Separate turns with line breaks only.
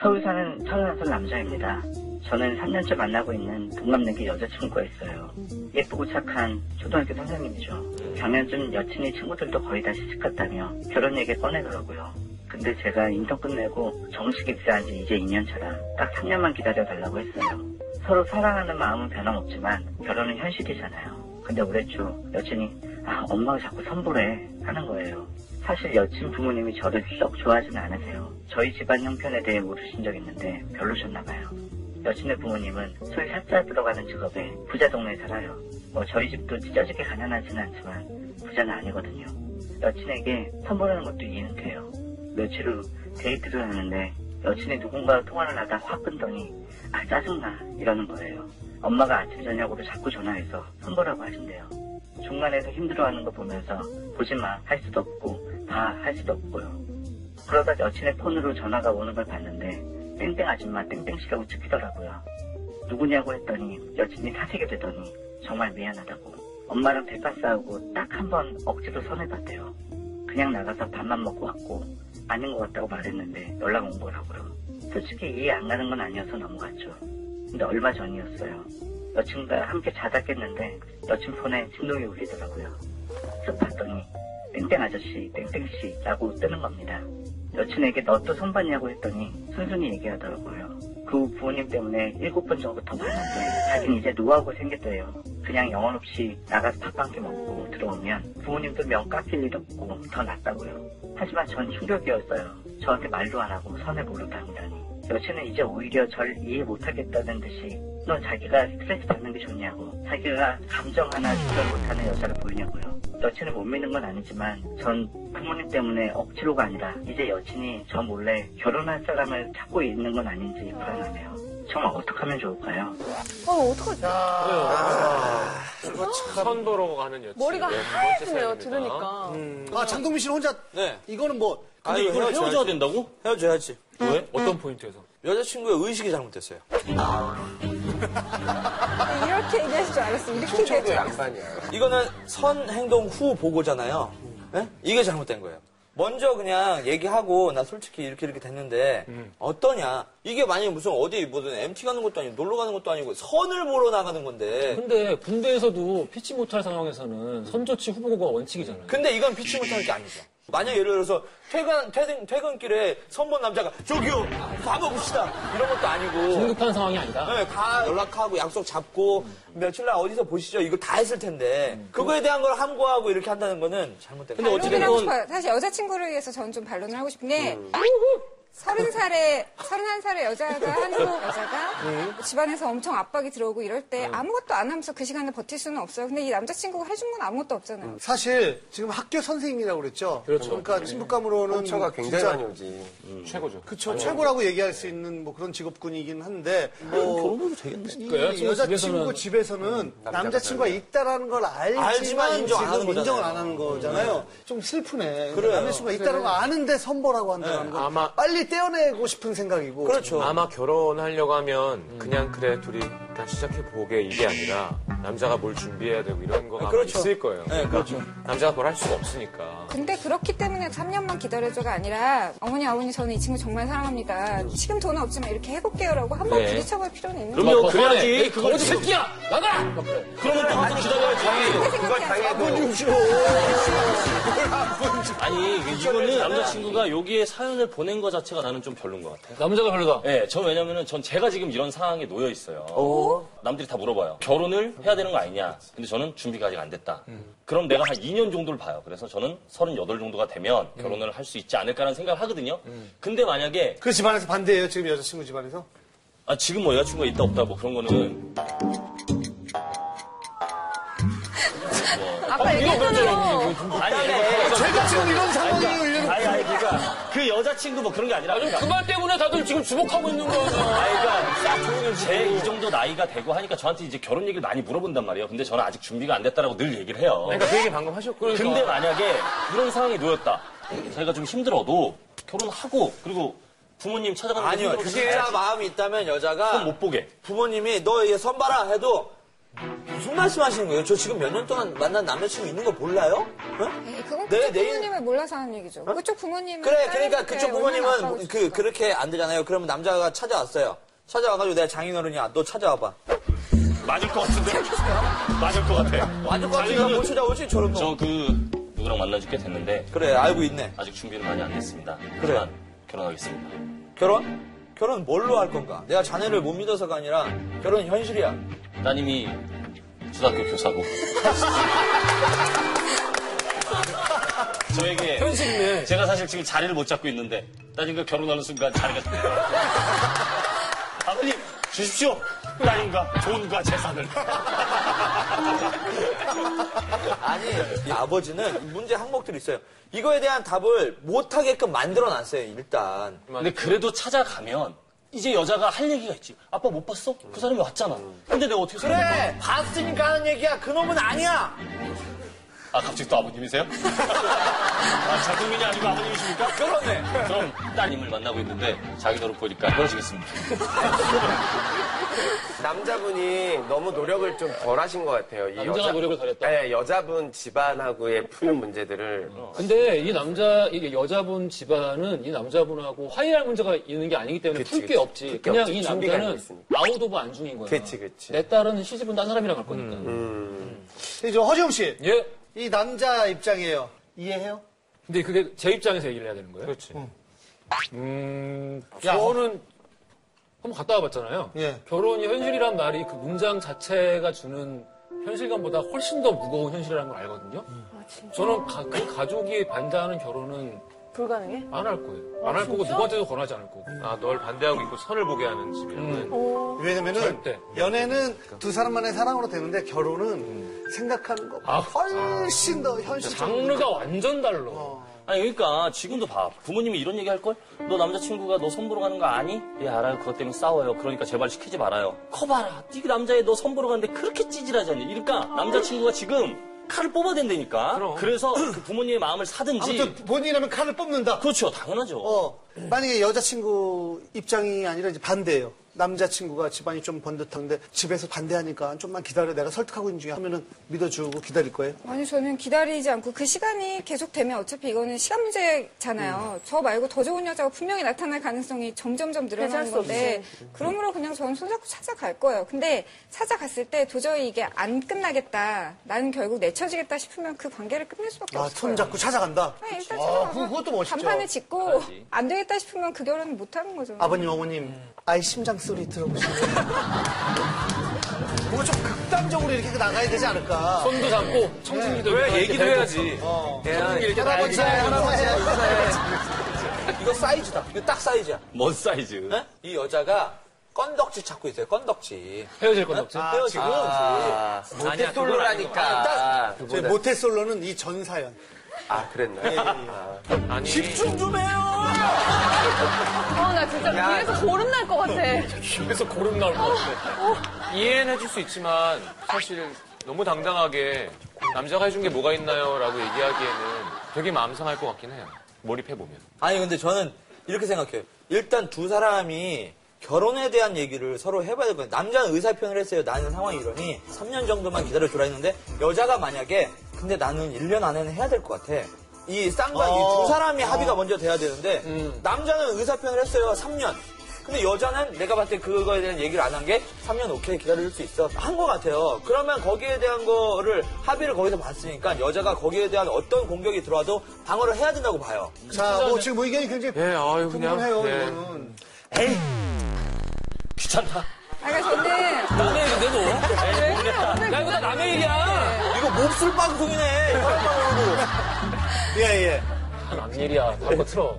서울 사는 31살 남자입니다. 저는 3년째 만나고 있는 동갑내기 여자친구가 있어요. 예쁘고 착한 초등학교 선생님이죠. 작년쯤 여친이 친구들도 거의 다 시집갔다며 결혼 얘기 꺼내더라고요. 근데 제가 인턴 끝내고 정식 입사한 지 이제 2년 차라 딱 3년만 기다려달라고 했어요. 서로 사랑하는 마음은 변함없지만 결혼은 현실이잖아요. 근데 올해 초 여친이 아 엄마가 자꾸 선보래 하는 거예요. 사실 여친 부모님이 저를 썩 좋아하진 않으세요. 저희 집안 형편에 대해 물으신 적 있는데 별로셨나봐요. 여친의 부모님은 소위 살짝 들어가는 직업에 부자 동네에 살아요. 뭐 저희 집도 찢어지게 가난하진 않지만 부자는 아니거든요. 여친에게 선물하는 것도 이해는 돼요. 며칠 후 데이트를 하는데 여친이 누군가 통화를 하다 확 끊더니 아 짜증나 이러는 거예요. 엄마가 아침 저녁으로 자꾸 전화해서 선보라고 하신대요. 중간에서 힘들어하는 거 보면서 보지마 할 수도 없고 봐 할 수도 없고요. 그러다 여친의 폰으로 전화가 오는 걸 봤는데 땡땡 아줌마 땡땡씨라고 찍히더라고요. 누구냐고 했더니 여친이 사색이 되더니 정말 미안하다고 엄마랑 대파 싸우고 딱 한 번 억지로 선해봤대요. 그냥 나가서 밥만 먹고 왔고 아닌 것 같다고 말했는데 연락 온 거라고요. 솔직히 이해 안 가는 건 아니어서 넘어갔죠. 근데 얼마 전이었어요. 여친과 함께 자다 깼는데 여친 폰에 진동이 울리더라고요. 쓱 봤더니 땡땡 아저씨, 땡땡씨라고 뜨는 겁니다. 여친에게 너 또 손봤냐고 했더니 순순히 얘기하더라고요. 그 후 부모님 때문에 일곱 번 정도 더 만났는데 자긴 이제 노하우가 생겼대요. 그냥 영혼 없이 나가서 밥 한 끼 먹고 들어오면 부모님도 명 깎일 일 없고 더 낫다고요. 하지만 전 충격이었어요. 저한테 말도 안 하고 선을 모르다니다니. 여친은 이제 오히려 절 이해 못하겠다는 듯이 넌 자기가 스트레스 받는 게 좋냐고 자기가 감정 하나 조절 못하는 여자를 보이냐고요. 여친을 못 믿는 건 아니지만 전 부모님 때문에 억지로가 아니라 이제 여친이 저 몰래 결혼할 사람을 찾고 있는 건 아닌지 불안하네요. 정말 어떻게 하면 좋을까요?
어, 어떡하지?
그래요.
이거 참.
선보러 가는 여친.
머리가
네, 두 번째
하얘지네요,
사연입니다.
들으니까.
아, 장동민 씨는 혼자.
네.
이거는 뭐.
아,
근데
이거
이걸
헤어져야지.
헤어져야 된다고?
헤어져야지.
왜? 어떤 포인트에서?
여자친구의 의식이 잘못됐어요.
이렇게 얘기하실 줄 알았어. 이렇게 얘기할 줄 알았어.
이거는 선 행동 후 보고잖아요. 예? 이게 잘못된 거예요. 먼저 그냥 얘기하고 나 솔직히 이렇게 이렇게 됐는데 어떠냐 이게 만약에 무슨 어디 무슨 MT 가는 것도 아니고 놀러 가는 것도 아니고 선을 보러 나가는 건데
근데 군대에서도 피치 못할 상황에서는 선조치 후보고가 원칙이잖아요.
근데 이건 피치 못하는 게 아니죠 만약 예를 들어서 퇴근 퇴근 퇴근길에 선본 남자가 저기요 밥 먹읍시다 이런 것도 아니고
긴급한 상황이 아니다.
네, 가 연락하고 약속 잡고 며칠 날 어디서 보시죠 이걸 다 했을 텐데 그거에 대한 걸 함구하고 이렇게 한다는 거는 잘못된 거예요
반론을 하고 싶어요. 사실 여자친구를 위해서 저는 좀 반론을 하고 싶은 게 서른 살에 서른한 살의 여자가 한국 여자가 집안에서 엄청 압박이 들어오고 이럴 때 아무것도 안 하면서 그 시간을 버틸 수는 없어요. 근데 이 남자친구가 해준 건 아무것도
음.
없잖아요.
사실 지금 학교 선생님이라고 그랬죠. 그렇죠.
네.
그러니까 친부감으로는
상처가 굉장히
진짜
많이 오지.
음.
최고죠.
그쵸 최고라고 얘기할 수 있는 뭐 그런 직업군이긴 한데 뭐
음, 결혼해도 되겠네.
이
여자친구
여자친구
집에서는
음,
집에서는 남자친구가 있다라는 걸 알지만,
알지만 인정 안 하는
지금 인정을
거잖아요. 음.
안 하는 거잖아요. 좀 슬프네.
그래요. 네,
남자친구가 있다는 걸 아는데 선보라고 한다는 건
아마-
빨리 떼어내고 싶은 생각이고
그렇죠.
아마 결혼하려고 하면 그냥 그래 둘이 일단 시작해 보게 이게 아니라 남자가 뭘 준비해야 되고 이런 거가 아마
그렇죠.
있을 거예요. 그러니까
네, 그렇죠.
남자가 그걸 할 수가 없으니까.
근데 그렇기 때문에 3년만 기다려줘가 아니라 어머니 아버님 저는 이 친구 정말 사랑합니다. 지금 돈은 없지만 이렇게 해볼게요라고 한 번
네.
부딪혀볼 필요는 있는 거예요.
어, 그럼요, 뭐
그래야지.
그거 어디 새끼야! 나가! 막 그래.
그러면 또 항상 기다려야지.
그렇게 생각해야죠.
아니 이거는 남자친구가 여기에 사연을 보낸 거 자체가 나는 좀 별론 것 같아요.
남자가 별로다.
예, 전 왜냐면은 전 제가 지금 이런 상황에 놓여 있어요. 남들이 다 물어봐요. 결혼을 해야 되는 거 아니냐? 근데 저는 준비가 아직 안 됐다. 그럼 내가 한 2년 정도를 봐요. 그래서 저는 38 정도가 되면 결혼을 할 수 있지 않을까라는 생각을 하거든요. 근데 만약에
그 집안에서 반대예요 지금 여자친구 집안에서
아, 지금 뭐 여자친구가 있다 없다 뭐 그런 거는
아까 얘기했잖아요.
아니 아니,
제가 지금 이런 상황이에요 이런
아니 아니 그러니까 그 여자친구 뭐 그런 게 아니라 그러니까
그 말 때문에 다들 지금 주목하고 있는 거잖아.
아이가 제 이 정도 나이가 되고 하니까 저한테 이제 결혼 얘기를 많이 물어본단 말이에요. 근데 저는 아직 준비가 안 됐다라고 늘 얘기를 해요.
네.
그러니까 그 얘기 방금 하셨고. 그러니까.
근데 만약에 그런 상황에 놓였다. 자기가 좀 힘들어도 결혼하고 그리고 부모님 찾아가는 게
아니요.
힘들어도
진짜
가야지.
마음이 있다면 여자가
못 보게.
부모님이 너 얘 선봐라 해도 무슨 말씀 하시는 거예요? 저 지금 몇 년 동안 만난 남자친구 있는 거 몰라요? 어?
에이, 예, 그건
네,
그쪽
내일-
부모님을 몰라서 하는 얘기죠. 그쪽 부모님은
그래,
딸한테
그러니까 그쪽
얼마나 아빠하고
부모님은 그,
싶을까.
그렇게 안 되잖아요. 그러면 남자가 찾아왔어요. 찾아와가지고 내가 장인어른이야. 너 찾아와봐.
맞을 것 같은데. 맞을 것 같아.
완전 꽉치가 못 찾아오지, 저런 거.
저 그 누구랑 만난 지 꽤 됐는데
그래, 알고 있네.
아직 준비는 많이 안 됐습니다.
그래.
하지만 결혼하겠습니다.
결혼? 결혼 뭘로 할 건가? 내가 자네를 못 믿어서가 아니라 결혼 현실이야.
따님이 초등학교 교사고. 저에게
현실이네.
제가 사실 지금 자리를 못 잡고 있는데 따님과 결혼하는 순간 자리가 잡혀요. 아버님 주십시오. 따님과 돈과 재산을.
아니, 이 아버지는 문제 항목들이 있어요. 이거에 대한 답을 못하게끔 만들어놨어요, 일단.
근데 그래도 찾아가면 이제 여자가 할 얘기가 있지. 아빠 못 봤어? 그 사람이 왔잖아. 근데 내가 어떻게 그래?
봤으니까 하는 얘기야. 그 놈은 아니야.
아 갑자기 또 아버님이세요? 아 자동민이 아니고 아버님이십니까?
그러네.
그럼 따님을 만나고 있는데 자기 노릇 보니까 그러시겠습니다.
남자분이 너무 노력을 좀 덜 하신 것 같아요. 이
남자가 노력을 덜 했다?
네, 여자분 집안하고의 푸는 문제들을.
근데 이 남자, 이 여자분 집안은 이 남자분하고 화해할 문제가 있는 게 아니기 때문에
그치,
풀 게
그치.
없지.
풀게
그냥
없지.
이
준비가 안 돼
남자는
있으니까.
아웃 오브 안중인 거야.
그치, 음, 그치.
내 딸은 시집은 딴 사람이랑 갈 거니까.
이제 허지웅 씨,
예.
이 남자 입장이에요. 이해해요?
근데 그게 제 입장에서 얘기를 해야 되는 거예요?
그렇지.
음, 저는 한번 갔다 와봤잖아요.
예.
결혼이 현실이란 말이 그 문장 자체가 주는 현실감보다 훨씬 더 무거운 현실이라는 걸 알거든요. 저는 가, 그 가족이 반대하는 결혼은
불가능해?
안 할 거예요. 안 할 거고 누구한테도 권하지 않을 거고.
아, 널 반대하고 있고 선을 보게 하는 집이라는.
왜냐면은
절대.
연애는 두 사람만의 사랑으로 되는데 결혼은 생각하는 거
아.
훨씬 더 현실적으로.
장르가 완전 달라.
아니 그러니까 지금도 봐 부모님이 이런 얘기 할 걸? 너 남자친구가 너 선보러 가는 거 아니? 예 알아요 그것 때문에 싸워요 그러니까 제발 시키지 말아요 커봐라 네 남자애 너 선보러 가는데 그렇게 찌질하잖니 이러니까 남자친구가 지금 칼을 뽑아댄다니까 그래서 그 부모님의 마음을
아무튼
사든지
본인이라면 칼을 뽑는다.
그렇죠 당연하죠
어, 만약에 여자친구 입장이 아니라 이제 반대예요. 남자친구가 집안이 좀 번듯한데 집에서 반대하니까 좀만 기다려 내가 설득하고 있는 중이야 하면은 믿어주고 기다릴 거예요.
아니 저는 기다리지 않고 그 시간이 계속되면 어차피 이거는 시간 문제잖아요.
음.
저 말고 더 좋은 여자가 분명히 나타날 가능성이 점점점
배제할
늘어나는
수 네.
건데 그러므로 그냥 저는 손잡고 찾아갈 거예요. 근데 찾아갔을 때 도저히 이게 안 끝나겠다. 나는 결국 내쳐지겠다 싶으면 그 관계를 끝낼 수밖에
아,
없어요.
손 잡고 찾아간다.
네, 일단
아,
찾아가서
그- 그것도 멋있죠.
간판을 짓고 안 되겠다 싶으면 그 결혼은 못 하는 거죠.
뭐.
아버님, 어머님, 아이 심장 소리 들어보시고. 뭔가 좀 극단적으로 이렇게 나가야 되지 않을까.
손도 잡고 청진기도
왜 얘기도 해야지.
할아버지, 할아버지.
이거 사이즈다. 이거 딱 사이즈야.
뭔 사이즈
네? 이 여자가 건덕지 찾고 있어요. 건덕지.
헤어질 건 없지.
아, 지금
모태솔로라니까.
저희 모태솔로는 이 전사연.
아, 그랬나요?
아니.
집중 좀 해요.
아, 나 진짜 뒤에서 고름 날 것 같아.
그래서 고름 나올 것 같아.
이해는 해줄 수 있지만 사실 너무 당당하게 남자가 해준 게 뭐가 있나요? 라고 얘기하기에는 되게 마음 상할 것 같긴 해요. 몰입해보면.
아니 근데 저는 이렇게 생각해요. 일단 두 사람이 결혼에 대한 얘기를 서로 해봐야 될 거예요. 남자는 의사 표현을 했어요. 나는 상황이 이러니 3년 정도만 기다려줘라 했는데 여자가 만약에 근데 나는 1년 안에는 해야 될 것 같아. 이 쌍방 이두 사람이 합의가 먼저 돼야 되는데 남자는 의사 표현을 했어요. 3년. 근데 여자는 내가 봤을 때 그거에 대한 얘기를 안 한 게 3년 오케이 기다릴 수 있어 한 것 같아요. 그러면 거기에 대한 거를 합의를 거기서 봤으니까 여자가 거기에 대한 어떤 공격이 들어와도 방어를 해야 된다고 봐요.
자, 뭐 지금 의견이 굉장히
예, 아유, 그냥.
궁금해요,
예.
이거는.
귀찮다
아, 그러니까 저는
남의 일인데 뭐. 야, 이거 다 남의 일이야.
이거 몹쓸 방송이네. 이거 방송으로.
예, 예.
남 일이야. 바로 틀어.